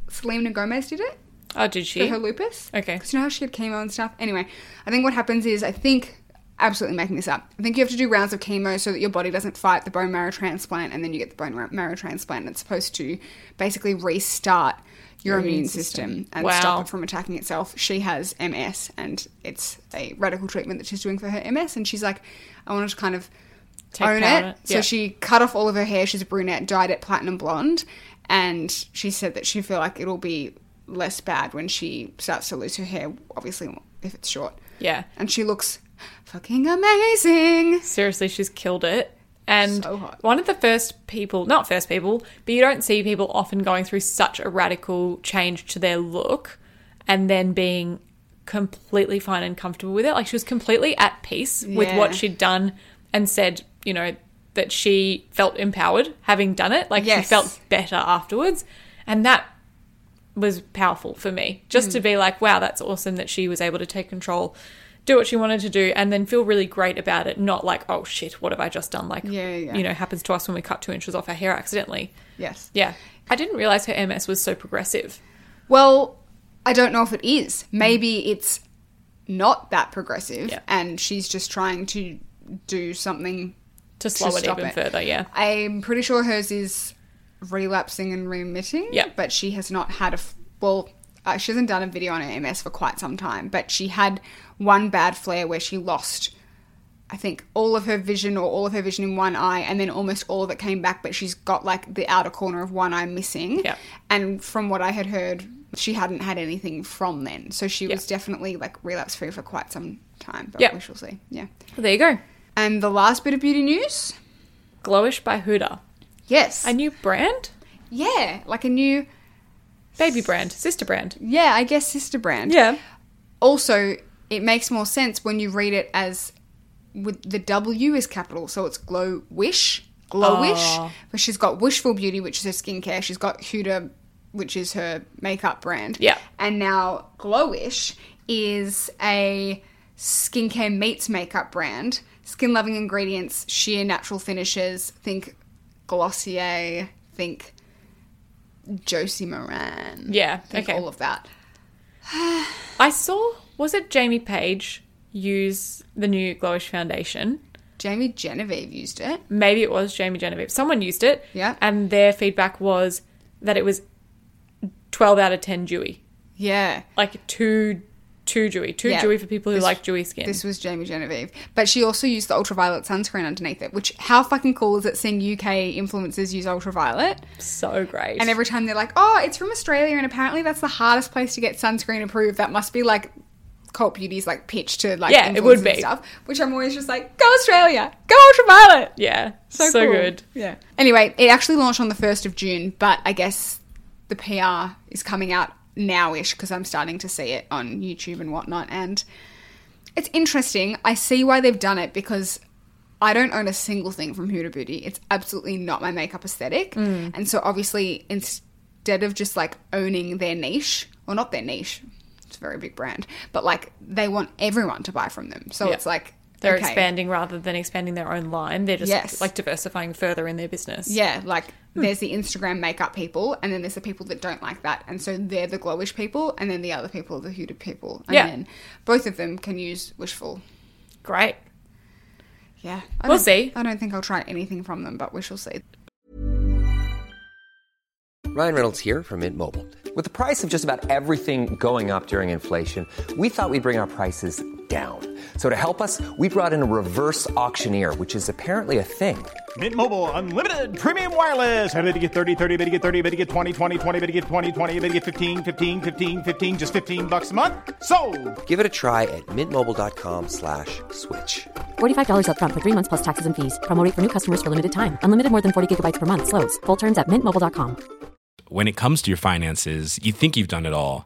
Speaker 1: Selena Gomez did it
Speaker 2: oh, did
Speaker 1: for
Speaker 2: she?
Speaker 1: her lupus.
Speaker 2: Okay.
Speaker 1: Because you know how she had chemo and stuff? Anyway, I think what happens is, I think, absolutely making this up, I think you have to do rounds of chemo so that your body doesn't fight the bone marrow transplant and then you get the bone mar- marrow transplant. And it's supposed to basically restart your, immune, system, and
Speaker 2: Wow.
Speaker 1: stop it from attacking itself. She has MS and it's a radical treatment that she's doing for her MS. And she's like, I wanted to kind of.
Speaker 2: Take
Speaker 1: own
Speaker 2: part
Speaker 1: it.
Speaker 2: in it.
Speaker 1: So
Speaker 2: Yeah.
Speaker 1: she cut off all of her hair. She's a brunette, dyed it platinum blonde, and she said that she feel like it'll be less bad when she starts to lose her hair. Obviously, if it's short,
Speaker 2: yeah.
Speaker 1: and she looks fucking amazing.
Speaker 2: Seriously, she's killed it. And
Speaker 1: So hot.
Speaker 2: one of the first people, not first people, but you don't see people often going through such a radical change to their look and then being completely fine and comfortable with it. Like she was completely at peace with
Speaker 1: Yeah.
Speaker 2: what she'd done and said, you know, that she felt empowered having done it. Like she
Speaker 1: Yes.
Speaker 2: felt better afterwards. And that was powerful for me just
Speaker 1: Mm.
Speaker 2: to be like wow that's awesome that she was able to take control do what she wanted to do and then feel really great about it not like oh shit what have i just done like
Speaker 1: Yeah, yeah.
Speaker 2: you know happens to us when we cut two inches off our hair accidentally
Speaker 1: Yes.
Speaker 2: yeah i didn't realize her ms was so progressive
Speaker 1: Well, I don't know if it is. Maybe it's not that progressive,
Speaker 2: Mm. Yeah.
Speaker 1: and she's just trying to do something
Speaker 2: to slow it
Speaker 1: stop
Speaker 2: even
Speaker 1: it.
Speaker 2: further yeah
Speaker 1: I'm pretty sure hers is relapsing and remitting.
Speaker 2: Yeah.
Speaker 1: But she has not had a. F- well, uh, she hasn't done a video on her MS for quite some time, but she had one bad flare where she lost, I think, all of her vision or all of her vision in one eye, and then almost all of it came back, but she's got like the outer corner of one eye missing.
Speaker 2: Yeah.
Speaker 1: And from what I had heard, she hadn't had anything from then. So she
Speaker 2: Yeah.
Speaker 1: was definitely like relapse free for quite some time, but
Speaker 2: Yeah.
Speaker 1: we shall see. Yeah.
Speaker 2: there you go
Speaker 1: And the last bit of beauty news.
Speaker 2: glowish by huda
Speaker 1: Yes.
Speaker 2: a new brand
Speaker 1: Yeah, like a new,
Speaker 2: baby brand sister brand
Speaker 1: yeah, I guess sister brand. Also, it makes more sense when you read it as with the W is capital, so it's glow wish, glow wish.
Speaker 2: Oh.
Speaker 1: But she's got Wishful Beauty, which is her skincare. She's got Huda, which is her makeup brand.
Speaker 2: Yeah.
Speaker 1: And now Glowish is a skincare meets makeup brand. Skin loving ingredients, sheer natural finishes. Think Glossier. Think Josie Moran.
Speaker 2: yeah
Speaker 1: Think
Speaker 2: okay
Speaker 1: all of that.
Speaker 2: i saw was it jamie page use the new glowish foundation
Speaker 1: Jamie Genevieve used it.
Speaker 2: maybe it was Jamie Genevieve. Someone used it.
Speaker 1: Yeah.
Speaker 2: And their feedback was that it was 12 out of 10 dewy.
Speaker 1: Yeah.
Speaker 2: Like too too dewy. Too
Speaker 1: Yeah.
Speaker 2: dewy for people who
Speaker 1: This-
Speaker 2: like dewy skin.
Speaker 1: This was Jamie Genevieve. But she also used the ultraviolet sunscreen underneath it, which how fucking cool is it seeing UK influencers use ultraviolet?
Speaker 2: so great.
Speaker 1: And every time they're like, oh, it's from Australia, and apparently that's the hardest place to get sunscreen approved. That must be like cult beauty's like pitch to like
Speaker 2: Yeah, it would
Speaker 1: influencers and
Speaker 2: be.
Speaker 1: stuff. Which I'm always just like, go Australia, go ultraviolet.
Speaker 2: yeah. So,
Speaker 1: cool.
Speaker 2: good.
Speaker 1: Yeah. Anyway, it actually launched on the 1st of June, but I guess the PR is coming out now ish because I'm starting to see it on YouTube and whatnot. And it's interesting. I see why they've done it because I don't own a single thing from Huda Beauty. It's absolutely not my makeup aesthetic.
Speaker 2: Mm.
Speaker 1: And so obviously, instead of just like owning their niche, or not their niche, it's a very big brand, but like they want everyone to buy from them. So
Speaker 2: Yeah.
Speaker 1: it's like
Speaker 2: They're
Speaker 1: okay.
Speaker 2: expanding rather than expanding their own line. They're just
Speaker 1: Yes.
Speaker 2: like diversifying further in their business.
Speaker 1: Yeah, like
Speaker 2: Hmm.
Speaker 1: there's the Instagram makeup people, and then there's the people that don't like that, and so they're the glowish people, and then the other people are the hooded people, and
Speaker 2: Yeah.
Speaker 1: then both of them can use wishful.
Speaker 2: Great.
Speaker 1: Yeah, I
Speaker 2: We'll
Speaker 1: don't-
Speaker 2: see.
Speaker 1: I don't think I'll try anything from them, but we shall see.
Speaker 4: Ryan Reynolds here from Mint Mobile. With the price of just about everything going up during inflation, we thought we'd bring our prices down. So to help us, we brought in a reverse auctioneer, which is apparently a thing.
Speaker 5: Mint Mobile unlimited premium wireless. Ready to get 30, 30, bet you get 30, bet you get 20, 20, 20, bet you get 20, 20, bet you get 15, 15, 15, 15 just 15 bucks a month. So,
Speaker 4: Give it a try at mintmobile.com slash switch.
Speaker 6: $45 up front for three months plus taxes and fees. Promo rate for new customers for limited time. Unlimited more than 40 gigabytes per month. Slows. Full terms at mintmobile.com.
Speaker 7: when it comes to your finances, you think you've done it all.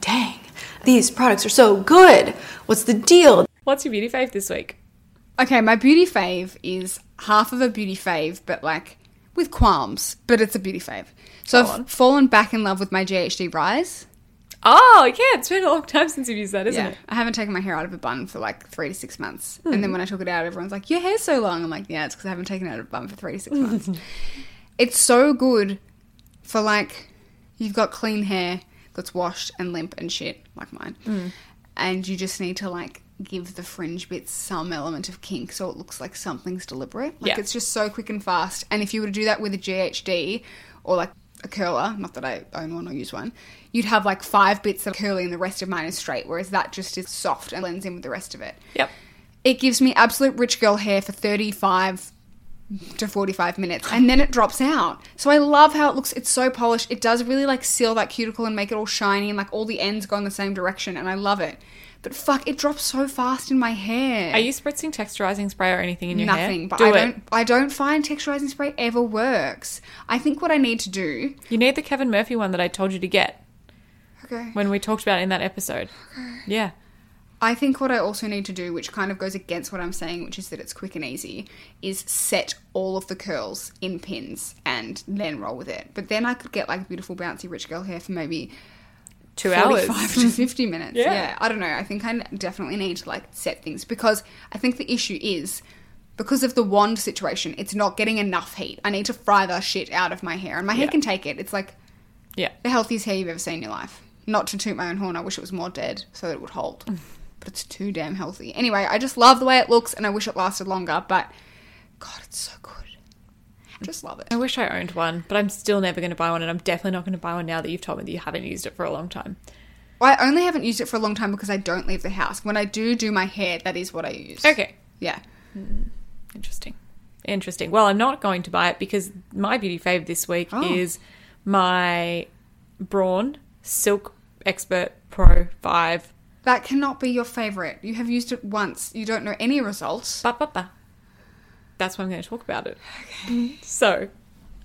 Speaker 8: Dang, these products are so good. What's the deal?
Speaker 2: What's your beauty fave this week?
Speaker 1: Okay, my beauty fave is half of a beauty fave, but like with qualms, but it's a beauty fave. So I've fallen back in love with my GHD Rise.
Speaker 2: Oh, yeah, it's been a long time since you've used that, isn't it? Hmm.
Speaker 1: I haven't taken my hair out of a bun for like three to six months. And then when I took it out, everyone's like, Your hair's so long. I'm like, Yeah, it's because I haven't taken it out of a bun for three to six months. it's so good for like, you've got clean hair that's washed and limp and shit, like mine.
Speaker 2: Hmm.
Speaker 1: And you just need to like give the fringe bits some element of kink so it looks like something's deliberate. Like
Speaker 2: Yeah.
Speaker 1: it's just so quick and fast. And if you were to do that with a GHD or like a curler, not that I own one or use one, you'd have like five bits that are curly and the rest of mine is straight, whereas that just is soft and blends in with the rest of it.
Speaker 2: Yep.
Speaker 1: It gives me absolute rich girl hair for 35 to 45 minutes and then it drops out. So I love how it looks. It's so polished. It does really like seal that cuticle and make it all shiny and like all the ends go in the same direction and I love it. But fuck, it drops so fast in my hair.
Speaker 2: Are you spritzing texturizing spray or anything in your hair?
Speaker 1: Nothing, but
Speaker 2: Do
Speaker 1: I
Speaker 2: it.
Speaker 1: don't I don't find texturizing spray ever works. I think what I need to do
Speaker 2: You need the Kevin Murphy one that I told you to get
Speaker 1: Okay.
Speaker 2: when we talked about it in that episode. Yeah.
Speaker 1: I think what I also need to do, which kind of goes against what I'm saying, which is that it's quick and easy, is set all of the curls in pins and then roll with it. But then I could get like beautiful bouncy rich girl hair for maybe
Speaker 2: Two
Speaker 1: 45
Speaker 2: hours.
Speaker 1: to 50 minutes.
Speaker 2: Yeah.
Speaker 1: yeah. I don't know. I think I definitely need to like set things because I think the issue is because of the wand situation, it's not getting enough heat. I need to fry the shit out of my hair and my hair can take it. It's like
Speaker 2: Yeah.
Speaker 1: the healthiest hair you've ever seen in your life. Not to toot my own horn, I wish it was more dead so that it would hold.
Speaker 2: Mm.
Speaker 1: but it's too damn healthy. Anyway, I just love the way it looks and I wish it lasted longer, but God, it's so good. I just love it.
Speaker 2: I wish I owned one, but I'm still never going to buy one, and I'm definitely not going to buy one now that you've told me that you haven't used it for a long time.
Speaker 1: I only haven't used it for a long time because I don't leave the house. When I do do my hair, that is what I use.
Speaker 2: Okay.
Speaker 1: Yeah.
Speaker 2: Interesting. Interesting. Well, I'm not going to buy it because my beauty fave this week is my Braun Silk Expert Pro 5.
Speaker 1: That cannot be your favorite. You have used it once. You don't know any results.
Speaker 2: Ba, ba, ba. That's why I'm going to talk about it. So,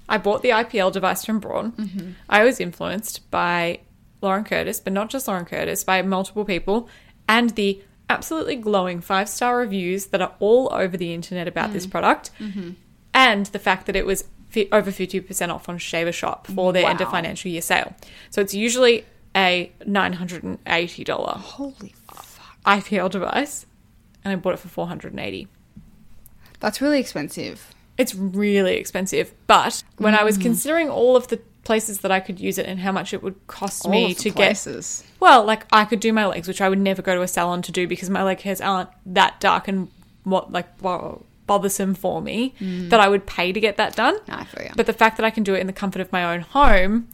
Speaker 2: I bought the IPL device from Braun. I was influenced by Lauren Curtis, but not just Lauren Curtis, by multiple people and the absolutely glowing five star reviews that are all over the internet about this product, and the fact that it was fi- over 50% off on Shaver Shop for their end of financial year sale. So, it's usually a $980
Speaker 1: Holy,
Speaker 2: IPL device, and I bought it for 480
Speaker 1: that's really expensive.
Speaker 2: it's really expensive. But when I was considering all of the places that I could use it and how much it would cost me to get, well, like I could do my legs, which I would never go to a salon to do because my leg hairs aren't that dark and what like bo- bothersome for me that I would pay to get that done.
Speaker 1: No, Mm. I feel ya.
Speaker 2: But the fact that I can do it in the comfort of my own home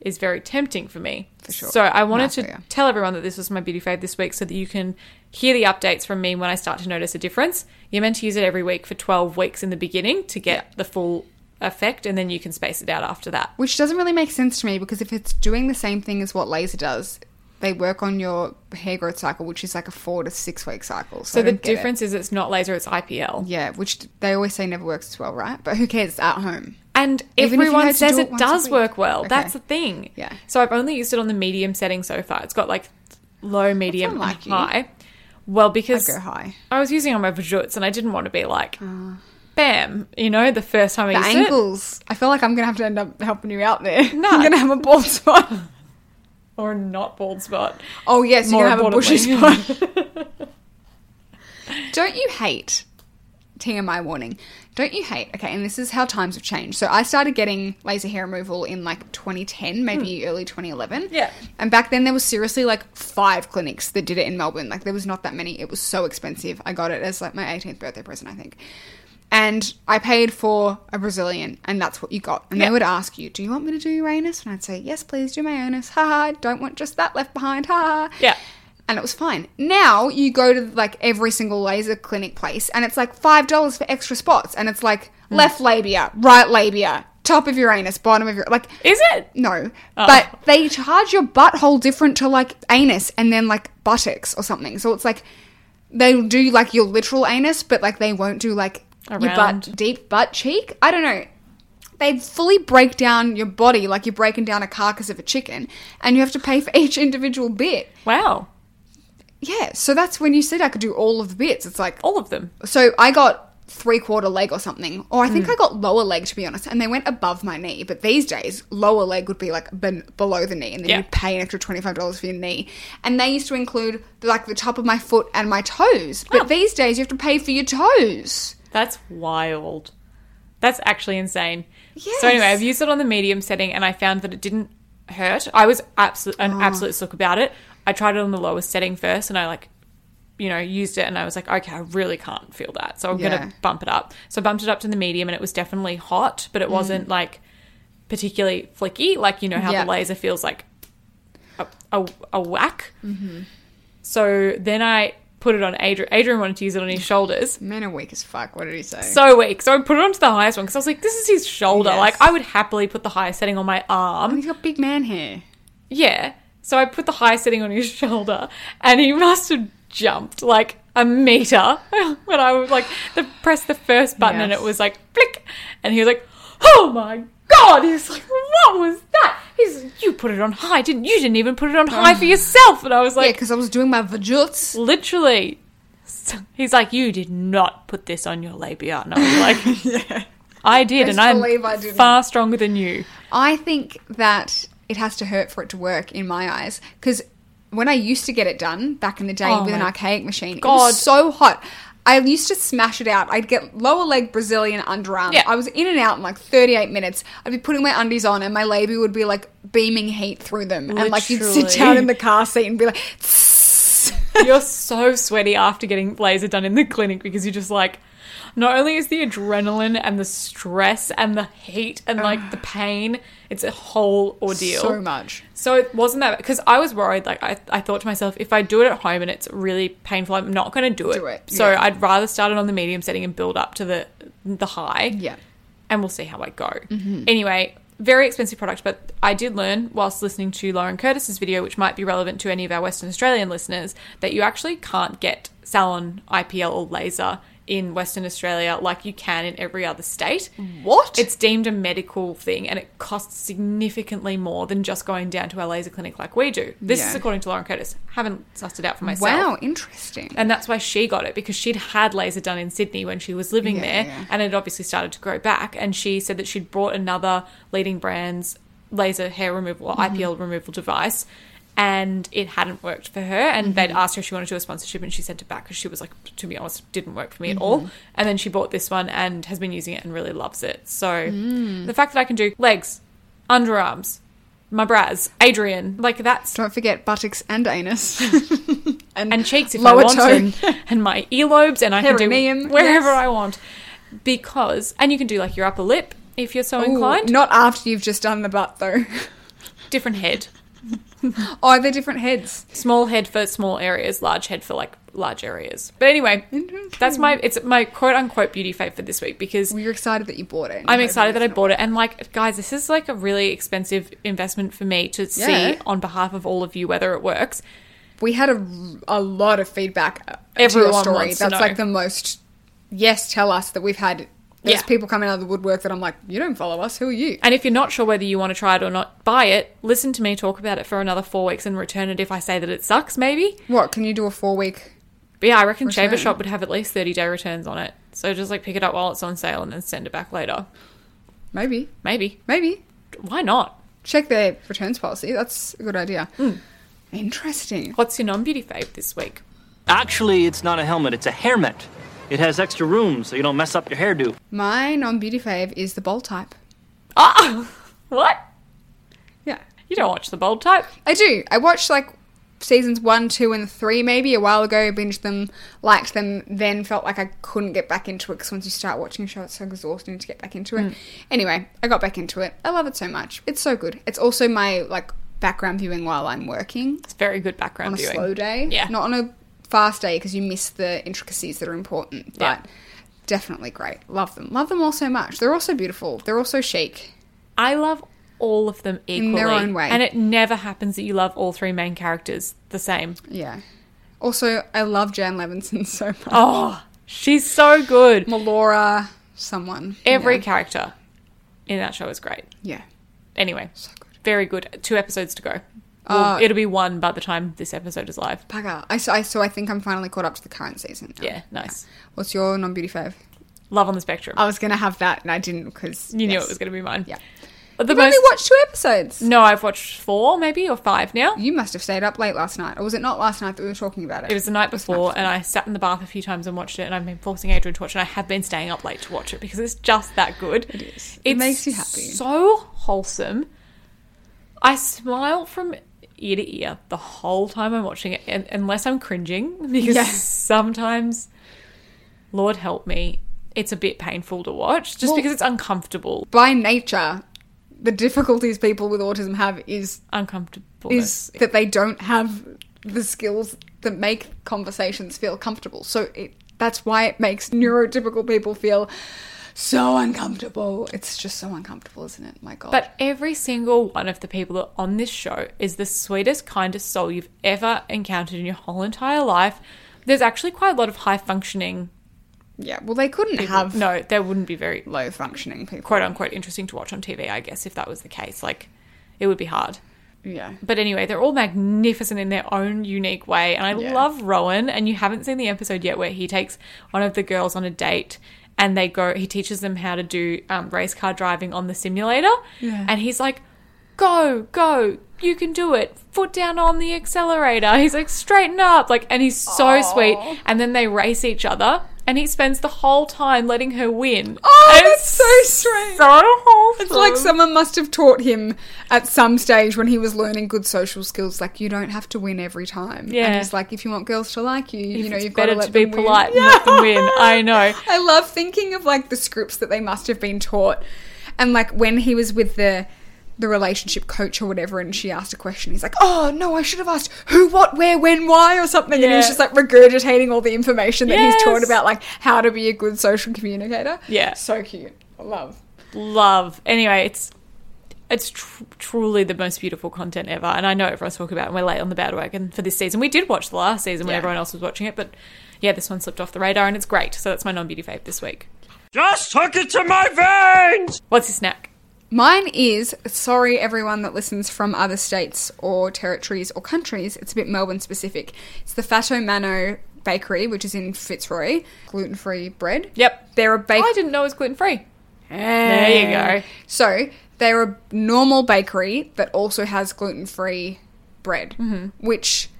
Speaker 2: is very tempting for me. For
Speaker 1: sure.
Speaker 2: So I wanted
Speaker 1: No, I
Speaker 2: to
Speaker 1: feel ya.
Speaker 2: tell everyone that this was my beauty fave this week so that you can hear the updates from me when I start to notice a difference. You're meant to use it every week for 12 weeks in the beginning to get the full effect and then you can space it out after that.
Speaker 1: Which doesn't really make sense to me because if it's doing the same thing as what laser does, they work on your hair growth cycle, which is like a four to six week cycle. So,
Speaker 2: So
Speaker 1: I
Speaker 2: the
Speaker 1: don't get it.
Speaker 2: difference is it's not laser, it's IPL.
Speaker 1: Yeah, which they always say never works as well, right? But who cares? At home.
Speaker 2: And
Speaker 1: Even if you
Speaker 2: everyone
Speaker 1: had to
Speaker 2: says
Speaker 1: do
Speaker 2: it,
Speaker 1: it once a
Speaker 2: does
Speaker 1: week.
Speaker 2: work well.
Speaker 1: Okay.
Speaker 2: That's the thing.
Speaker 1: Yeah.
Speaker 2: So I've only used it on the medium setting so far. It's got like low, medium, and
Speaker 1: unlike you.
Speaker 2: high. Well,
Speaker 1: I'd
Speaker 2: because
Speaker 1: go high. Ah.
Speaker 2: I was using it on my Vajoots and I didn't want to be like, bam, you know, the first time I
Speaker 1: The
Speaker 2: used it.
Speaker 1: angles. I feel like I'm going to have to end up helping you out there.
Speaker 2: No.
Speaker 1: I'm going to have a bald spot.
Speaker 2: or a not bald spot.
Speaker 1: Oh yes, you
Speaker 2: More
Speaker 1: can have a bushy
Speaker 2: importantly.
Speaker 1: spot. Don't you hate TMI warning? Don't you hate? Okay, and this is how times have changed. So I started getting laser hair removal in like 2010, maybe early 2011.
Speaker 2: Hmm. Yeah.
Speaker 1: And back then there was seriously like five clinics that did it in Melbourne. Like there was not that many. It was so expensive. I got it as like my 18th birthday present, I think. And I paid for a Brazilian, and that's what you got. And they would ask you, "Do you want me to do your anus?" And I'd say, "Yes, please do my anus." Ha ha! I Don't want just that left behind. Ha ha!
Speaker 2: Yeah.
Speaker 1: and it was fine. Now you go to like every single laser clinic place, and it's like five dollars for extra spots, and it's like left labia, right labia, top of your anus, bottom of your like.
Speaker 2: Is it?
Speaker 1: No, but they charge your butthole different to like anus and then like buttocks or something. So it's like they'll do like your literal anus, but like they won't do like your butt
Speaker 2: Around.
Speaker 1: deep butt cheek. I don't know. They fully break down your body like you're breaking down a carcass of a chicken, and you have to pay for each individual bit.
Speaker 2: Wow.
Speaker 1: Yeah, so that's when you said I could do all of the bits. It's like
Speaker 2: All of them.
Speaker 1: so I got three quarter leg or something, or I think I got lower leg to be honest, and they went above my knee. But these days, lower leg would be like ben- below the knee, and then
Speaker 2: Yeah.
Speaker 1: you pay an extra twenty five dollars for your knee. And they used to include like the top of my foot and my toes, but these days you have to pay for your toes.
Speaker 2: That's wild. That's actually insane. So anyway,
Speaker 1: Yes.
Speaker 2: I've used it on the medium setting and I found that it didn't hurt. I was absolute
Speaker 1: Ah.
Speaker 2: an absolute sook about it. I tried it on the lowest setting first and I like you know, used it and I was like, okay, I really can't feel that. So I'm
Speaker 1: Yeah.
Speaker 2: gonna bump it up. So I bumped it up to the medium and it was definitely hot,
Speaker 1: Mm.
Speaker 2: but it wasn't like particularly flicky, like you know how
Speaker 1: Yeah.
Speaker 2: the laser feels like a, a, a whack.
Speaker 1: Mm-hmm.
Speaker 2: So then I put it on Adrian. Adrian wanted to use it on his shoulders.
Speaker 1: Men are weak as fuck. What did he say?
Speaker 2: so weak. So I put it onto the highest one because I was like, this is his shoulder.
Speaker 1: Yes.
Speaker 2: Like I would happily put the highest setting on my arm.
Speaker 1: he's got big man hair.
Speaker 2: Yeah. So I put the highest setting on his shoulder, and he must have jumped like a meter when I was like the press the first button, and
Speaker 1: Yes.
Speaker 2: it was like flick, and he was like, oh my god! He's like, what was that? He's like, you put it on high, didn't you? Didn't even put it on high for yourself, and I was
Speaker 1: Yeah,
Speaker 2: like,
Speaker 1: because I was doing my vajuts.
Speaker 2: literally. So- He's like, you did not put this on your labia. And I was like, I did.
Speaker 1: Best
Speaker 2: and I'm
Speaker 1: believe I didn't.
Speaker 2: far stronger than you.
Speaker 1: I think that it has to hurt for it to work in my eyes because when I used to get it done back in the day
Speaker 2: Oh
Speaker 1: with an
Speaker 2: my
Speaker 1: archaic machine, it
Speaker 2: God.
Speaker 1: was so hot. I used to smash it out. I'd get lower leg Brazilian underarm.
Speaker 2: Yeah.
Speaker 1: I was in and out in like 38 minutes. I'd be putting my undies on and my labia would be like beaming heat through them. And like you'd sit
Speaker 2: Literally.
Speaker 1: down in the car seat and be like, "Tss."
Speaker 2: You're so sweaty after getting laser done in the clinic because you're just like, not only is the adrenaline and the stress and the heat and like the pain, it's a whole ordeal.
Speaker 1: so much.
Speaker 2: So it wasn't that because I was worried. Like I, I thought to myself, if I do it at home and it's really painful, I'm not going to do it.
Speaker 1: Do it,
Speaker 2: So
Speaker 1: yeah.
Speaker 2: I'd rather start it on the medium setting and build up to the the high.
Speaker 1: Yeah. Mm-hmm.
Speaker 2: and we'll see how I go. Anyway, very expensive product, but I did learn whilst listening to Lauren Curtis's video, which might be relevant to any of our Western Australian listeners, that you actually can't get Salon IPL or laser in Western Australia like you can in every other state.
Speaker 1: What?
Speaker 2: It's deemed a medical thing and it costs significantly more than just going down to our laser clinic like we do. This
Speaker 1: Yeah.
Speaker 2: is according to Lauren Curtis. Haven't sussed it out for myself.
Speaker 1: wow, interesting.
Speaker 2: And that's why she got it because she'd had laser done in Sydney when she was living
Speaker 1: Yeah,
Speaker 2: there
Speaker 1: yeah.
Speaker 2: and it obviously started to grow back. And she said that she'd bought another leading brand's laser hair removal or
Speaker 1: Mm-hmm.
Speaker 2: IPL removal device and it hadn't worked for her. And they'd
Speaker 1: Mm-hmm.
Speaker 2: asked her if she wanted to do a sponsorship and she sent it back because she was like, to be honest, it didn't work for me at
Speaker 1: Mm-hmm.
Speaker 2: all. And then she bought this one and has been using it and really loves it. So
Speaker 1: Mm.
Speaker 2: the fact that I can do legs, underarms, my bras, Adrian, like that's
Speaker 1: Don't forget buttocks and anus.
Speaker 2: and cheeks if
Speaker 1: Lower
Speaker 2: I want
Speaker 1: toe.
Speaker 2: to, and my earlobes, and I can do
Speaker 1: Perineum,
Speaker 2: wherever
Speaker 1: yes.
Speaker 2: I want. Because, and you can do like your upper lip if you're so inclined.
Speaker 1: Ooh, Not after you've just done the butt though.
Speaker 2: Different head,
Speaker 1: oh, they're different heads.
Speaker 2: small head for small areas, large head for like large areas. But anyway, that's my it's my quote unquote beauty fave for this week because
Speaker 1: Well, you're excited that you bought it.
Speaker 2: I'm excited that I bought it. And like, guys, this is like a really expensive investment for me to see
Speaker 1: Yeah.
Speaker 2: on behalf of all of you whether it works.
Speaker 1: We had a, a lot of feedback uh,
Speaker 2: Everyone
Speaker 1: to your story.
Speaker 2: wants to
Speaker 1: That's
Speaker 2: know.
Speaker 1: like the most yes, tell us that we've had. There's
Speaker 2: Yeah.
Speaker 1: people coming out of the woodwork that I'm like, you don't follow us. Who are you?
Speaker 2: And if you're not sure whether you want to try it or not, buy it, listen to me talk about it for another four weeks and return it if I say that it sucks, maybe.
Speaker 1: What can you do a four week?
Speaker 2: But yeah, I reckon Shaver
Speaker 1: Return.
Speaker 2: Shop would have at least 30 day returns on it. So just like pick it up while it's on sale and then send it back later.
Speaker 1: Maybe,
Speaker 2: Maybe.
Speaker 1: maybe.
Speaker 2: Why not?
Speaker 1: Check their returns policy. That's a good idea.
Speaker 2: Hmm.
Speaker 1: Interesting.
Speaker 2: What's your non beauty fave this week?
Speaker 9: Actually, it's not a helmet, it's a hairnet. It has extra room so you don't mess up your hairdo.
Speaker 1: My non beauty fave is the bowl type.
Speaker 2: Ah, what?
Speaker 1: Yeah.
Speaker 2: You don't watch the bold type?
Speaker 1: I do. I watched like seasons one, two, and three maybe a while ago, binged them, liked them, then felt like I couldn't get back into it because once you start watching a show, it's so exhausting to get back into it.
Speaker 2: Mm.
Speaker 1: Anyway, I got back into it. I love it so much. It's so good. It's also my like background viewing while I'm working
Speaker 2: It's very good background
Speaker 1: on a
Speaker 2: viewing.
Speaker 1: slow day,
Speaker 2: Yeah.
Speaker 1: not on a fast day because you miss the intricacies that are important.
Speaker 2: Yeah.
Speaker 1: But definitely great. Love them. Love them all so much. They're all so beautiful. They're all so chic.
Speaker 2: I love all of them equally.
Speaker 1: In their own way.
Speaker 2: And it never happens that you love all three main characters the same.
Speaker 1: Yeah. Also, I love Jan Levinson so much.
Speaker 2: Oh, she's so good.
Speaker 1: Melora, someone.
Speaker 2: Every
Speaker 1: yeah.
Speaker 2: character in that show is great.
Speaker 1: yeah.
Speaker 2: Anyway, so
Speaker 1: good. Uh,
Speaker 2: very good. Two episodes to go. Well, it'll be one by the time this episode is live.
Speaker 1: Bugger. I so I, so I think I'm finally caught up to the current season. now.
Speaker 2: Yeah, nice.
Speaker 1: What's your non-beauty fave?
Speaker 2: Love on the Spectrum.
Speaker 1: I was gonna have that and I didn't because
Speaker 2: you knew it was going to be mine.
Speaker 1: Oh, Yeah.
Speaker 2: But the
Speaker 1: I've only
Speaker 2: most.
Speaker 1: watched two episodes.
Speaker 2: no, I've watched four maybe or five now.
Speaker 1: You must have stayed up late last night, or was it not last night that we were talking about it?
Speaker 2: It was the night before, and I sat in the bath a few times and watched it. And I've been forcing Adrian to watch it. And I have been staying up late to watch it because it's just that good. It is. It
Speaker 1: makes you happy.
Speaker 2: So wholesome. I smile from ear to ear the whole time I'm watching it, and, unless I'm cringing because sometimes, Lord help me, it's a bit painful to watch just because it's uncomfortable.
Speaker 1: by nature. The difficulties people with autism have is
Speaker 2: Uncomfortable
Speaker 1: is that they don't have the skills that make conversations feel comfortable. So it, that's why it makes neurotypical people feel so uncomfortable. It's just so uncomfortable, isn't it? My God.
Speaker 2: But every single one of the people that are on this show is the sweetest, kindest soul you've ever encountered in your whole entire life. There's actually quite a lot of high functioning.
Speaker 1: yeah, well, they couldn't have
Speaker 2: No, there wouldn't be very
Speaker 1: low functioning people.
Speaker 2: quote unquote interesting to watch on TV. I guess if that was the case, like it would be hard.
Speaker 1: Yeah.
Speaker 2: But anyway, they're all magnificent in their own unique way. And I love Rowan. And you haven't seen the episode yet where he takes one of the girls on a date and they go, he teaches them how to do um, race car driving on the simulator. And he's like, go, go, you can do it. Foot down on the accelerator. He's like, straighten up. Like, and he's so sweet. And then they race each other. And he spends the whole time letting her win.
Speaker 1: Oh,
Speaker 2: And
Speaker 1: that's so
Speaker 2: it's
Speaker 1: sweet.
Speaker 2: So wholesome.
Speaker 1: It's like someone must have taught him at some stage when he was learning good social skills, like you don't have to win every time. And
Speaker 2: Yeah.
Speaker 1: it's like if you want girls to like you, you
Speaker 2: If
Speaker 1: know
Speaker 2: it's
Speaker 1: you've got
Speaker 2: better
Speaker 1: to
Speaker 2: to
Speaker 1: let
Speaker 2: be
Speaker 1: them win.
Speaker 2: polite and let them win. I know.
Speaker 1: I love thinking of like the scripts that they must have been taught, and like when he was with the the relationship coach or whatever, and she asked a question, he's like, "Oh no, I should have asked who, what, where, when, why, or something," and he was
Speaker 2: Yeah.
Speaker 1: just like regurgitating all the information that he's taught
Speaker 2: Yes.
Speaker 1: about like how to be a good social communicator.
Speaker 2: Yeah.
Speaker 1: so cute. I love.
Speaker 2: love. Anyway, it's it's tr- truly the most beautiful content ever, and I know everyone's talking about it. and We're late on the bandwagon for this season. We did watch the last season when
Speaker 1: Yeah.
Speaker 2: everyone else was watching it, but yeah, this one slipped off the radar, and it's great. So that's my non-beauty fave this week.
Speaker 9: Just hook it to my veins!
Speaker 2: What's your snack?
Speaker 1: Mine is sorry, everyone that listens from other states or territories or countries. It's a bit Melbourne specific. It's the Fatto Mano Bakery, which is in Fitzroy. Gluten free bread.
Speaker 2: Yep.
Speaker 1: they're a
Speaker 2: Oh, I
Speaker 1: bakery.
Speaker 2: didn't know it was gluten free. There you go.
Speaker 1: So they're a normal bakery that also has gluten free bread,
Speaker 2: Mm-hmm.
Speaker 1: which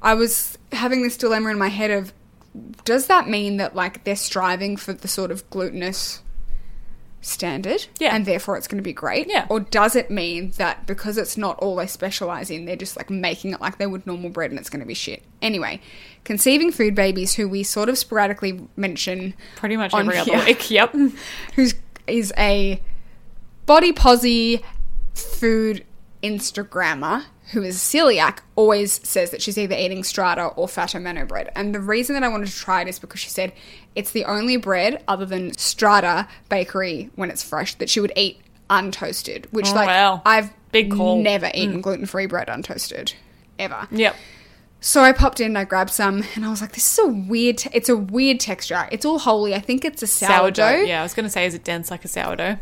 Speaker 1: I was having this dilemma in my head of does that mean that like they're striving for the sort of glutinous standard
Speaker 2: Yeah.
Speaker 1: and therefore it's going to be great
Speaker 2: Yeah.
Speaker 1: or does it mean that because it's not all they specialize in they're just like making it like they would normal bread and it's going to be shit anyway conceiving food babies who we sort of sporadically mention
Speaker 2: Pretty much
Speaker 1: on
Speaker 2: every other
Speaker 1: here
Speaker 2: week. Yep.
Speaker 1: who's is a body posy food Instagrammer who is celiac always says that she's either eating strata or fatto mano bread. And the reason that I wanted to try it is because she said it's the only bread other than strata bakery when it's fresh that she would eat untoasted, which
Speaker 2: Oh,
Speaker 1: like
Speaker 2: wow.
Speaker 1: I've
Speaker 2: Big call. Mm.
Speaker 1: never eaten gluten-free bread untoasted ever.
Speaker 2: Yep.
Speaker 1: So I popped in, I grabbed some, and I was like, "This is a weird. Te- it's a weird texture. It's all holy. I think it's a
Speaker 2: Sourdough. Uh,
Speaker 1: sourdough.
Speaker 2: Yeah, I was going to say, is it dense like a sourdough?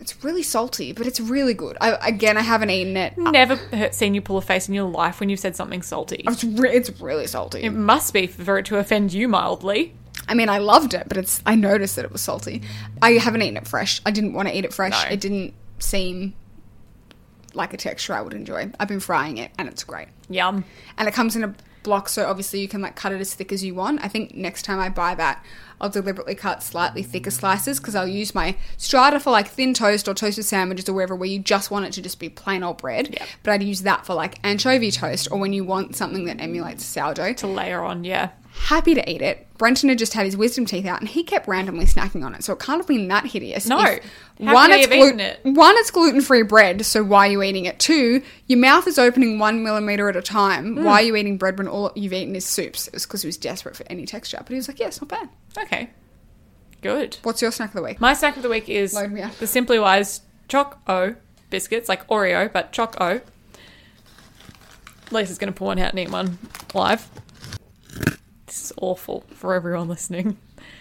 Speaker 1: It's really salty, but it's really good. I, again, I haven't eaten it.
Speaker 2: Never he- seen you pull a face in your life when you've said something salty.
Speaker 1: It's, re- it's really salty.
Speaker 2: It must be for it to offend you mildly.
Speaker 1: I mean, I loved it, but it's. I noticed that it was salty. I haven't eaten it fresh. I didn't want to eat it fresh. It didn't seem like a texture I would enjoy. I've been frying it and it's great.
Speaker 2: Yum.
Speaker 1: And it comes in a block, so obviously you can like cut it as thick as you want. I think next time I buy that, I'll deliberately cut slightly thicker slices because I'll use my strata for like thin toast or toasted sandwiches or wherever where you just want it to just be plain old bread. But I'd use that for like anchovy toast or when you want something that emulates sourdough
Speaker 2: To layer on, yeah.
Speaker 1: happy to eat it. Brenton had just had his wisdom teeth out and he kept randomly snacking on it, so it can't have been that hideous.
Speaker 2: No.
Speaker 1: If-
Speaker 2: How
Speaker 1: one,
Speaker 2: could he
Speaker 1: it's
Speaker 2: have
Speaker 1: glu-
Speaker 2: eaten it?
Speaker 1: one, it's gluten free bread, so why are you eating it? Two, your mouth is opening one millimeter at a time.
Speaker 2: Hmm.
Speaker 1: Why are you eating bread when all you've eaten is soups? It was because he was desperate for any texture, but he was like, yeah, it's not bad.
Speaker 2: Okay. Good.
Speaker 1: What's your snack of the week?
Speaker 2: My snack of the week is
Speaker 1: Load me up.
Speaker 2: the Simply Wise Choc O biscuits, like Oreo, but Choc O. Lisa's going to pour one out and eat one live. This is awful for everyone listening.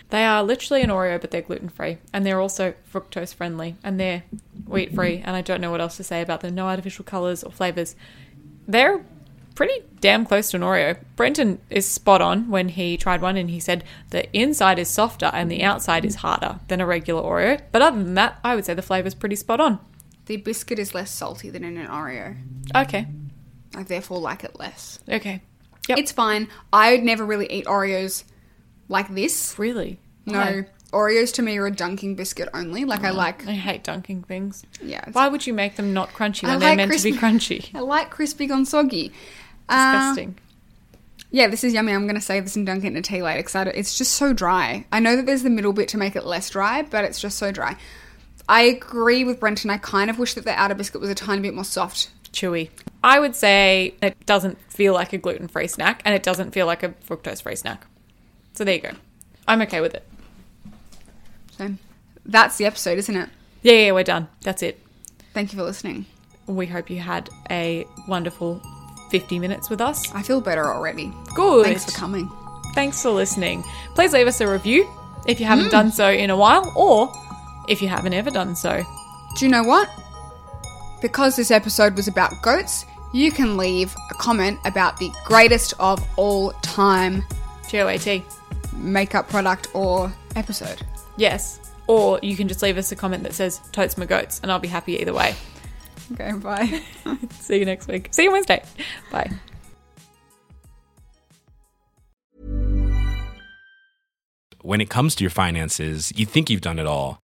Speaker 2: They are literally an Oreo, but they're gluten free. And they're also fructose friendly. And they're wheat free. And I don't know what else to say about them. No artificial colours or flavours. They're pretty damn close to an Oreo. Brenton is spot on when he tried one and he said the inside is softer and the outside is harder than a regular Oreo. But other than that, I would say the flavour's pretty spot on.
Speaker 1: The biscuit is less salty than in an Oreo.
Speaker 2: Okay.
Speaker 1: I therefore like it less.
Speaker 2: Okay. Yep.
Speaker 1: It's fine. I would never really eat Oreos like this.
Speaker 2: really.
Speaker 1: No.
Speaker 2: Why?
Speaker 1: Oreos to me are a dunking biscuit only. Like I like
Speaker 2: I hate dunking things.
Speaker 1: Yeah, it's-
Speaker 2: Why would you make them not crunchy when
Speaker 1: I
Speaker 2: they're
Speaker 1: like
Speaker 2: meant to be
Speaker 1: crispy-
Speaker 2: crunchy?
Speaker 1: I like crispy gone soggy. Uh,
Speaker 2: Disgusting.
Speaker 1: yeah, this is yummy. I'm going to save this and dunk it in a tea later because it's just so dry. I know that there's the middle bit to make it less dry, but it's just so dry. I agree with Brenton. I kind of wish that the outer biscuit was a tiny bit more soft.
Speaker 2: Chewy. I would say it doesn't feel like a gluten free snack and it doesn't feel like a fructose free snack. So there you go. I'm okay with it.
Speaker 1: So that's the episode, isn't it?
Speaker 2: Yeah, yeah, we're done. That's it.
Speaker 1: Thank you for listening.
Speaker 2: We hope you had a wonderful 50 minutes with us.
Speaker 1: I feel better already.
Speaker 2: Good.
Speaker 1: Thanks for coming.
Speaker 2: Thanks for listening. Please leave us a review if you
Speaker 1: Mm.
Speaker 2: haven't done so in a while or if you haven't ever done so.
Speaker 1: Do you know what? Because this episode was about goats, you can leave a comment about the greatest of all time
Speaker 2: GOAT.
Speaker 1: makeup product or episode.
Speaker 2: Yes. Or you can just leave us a comment that says totes my goats and I'll be happy either way.
Speaker 1: Okay, bye.
Speaker 2: See you next week. See you Wednesday. Bye.
Speaker 7: when it comes to your finances, you think you've done it all.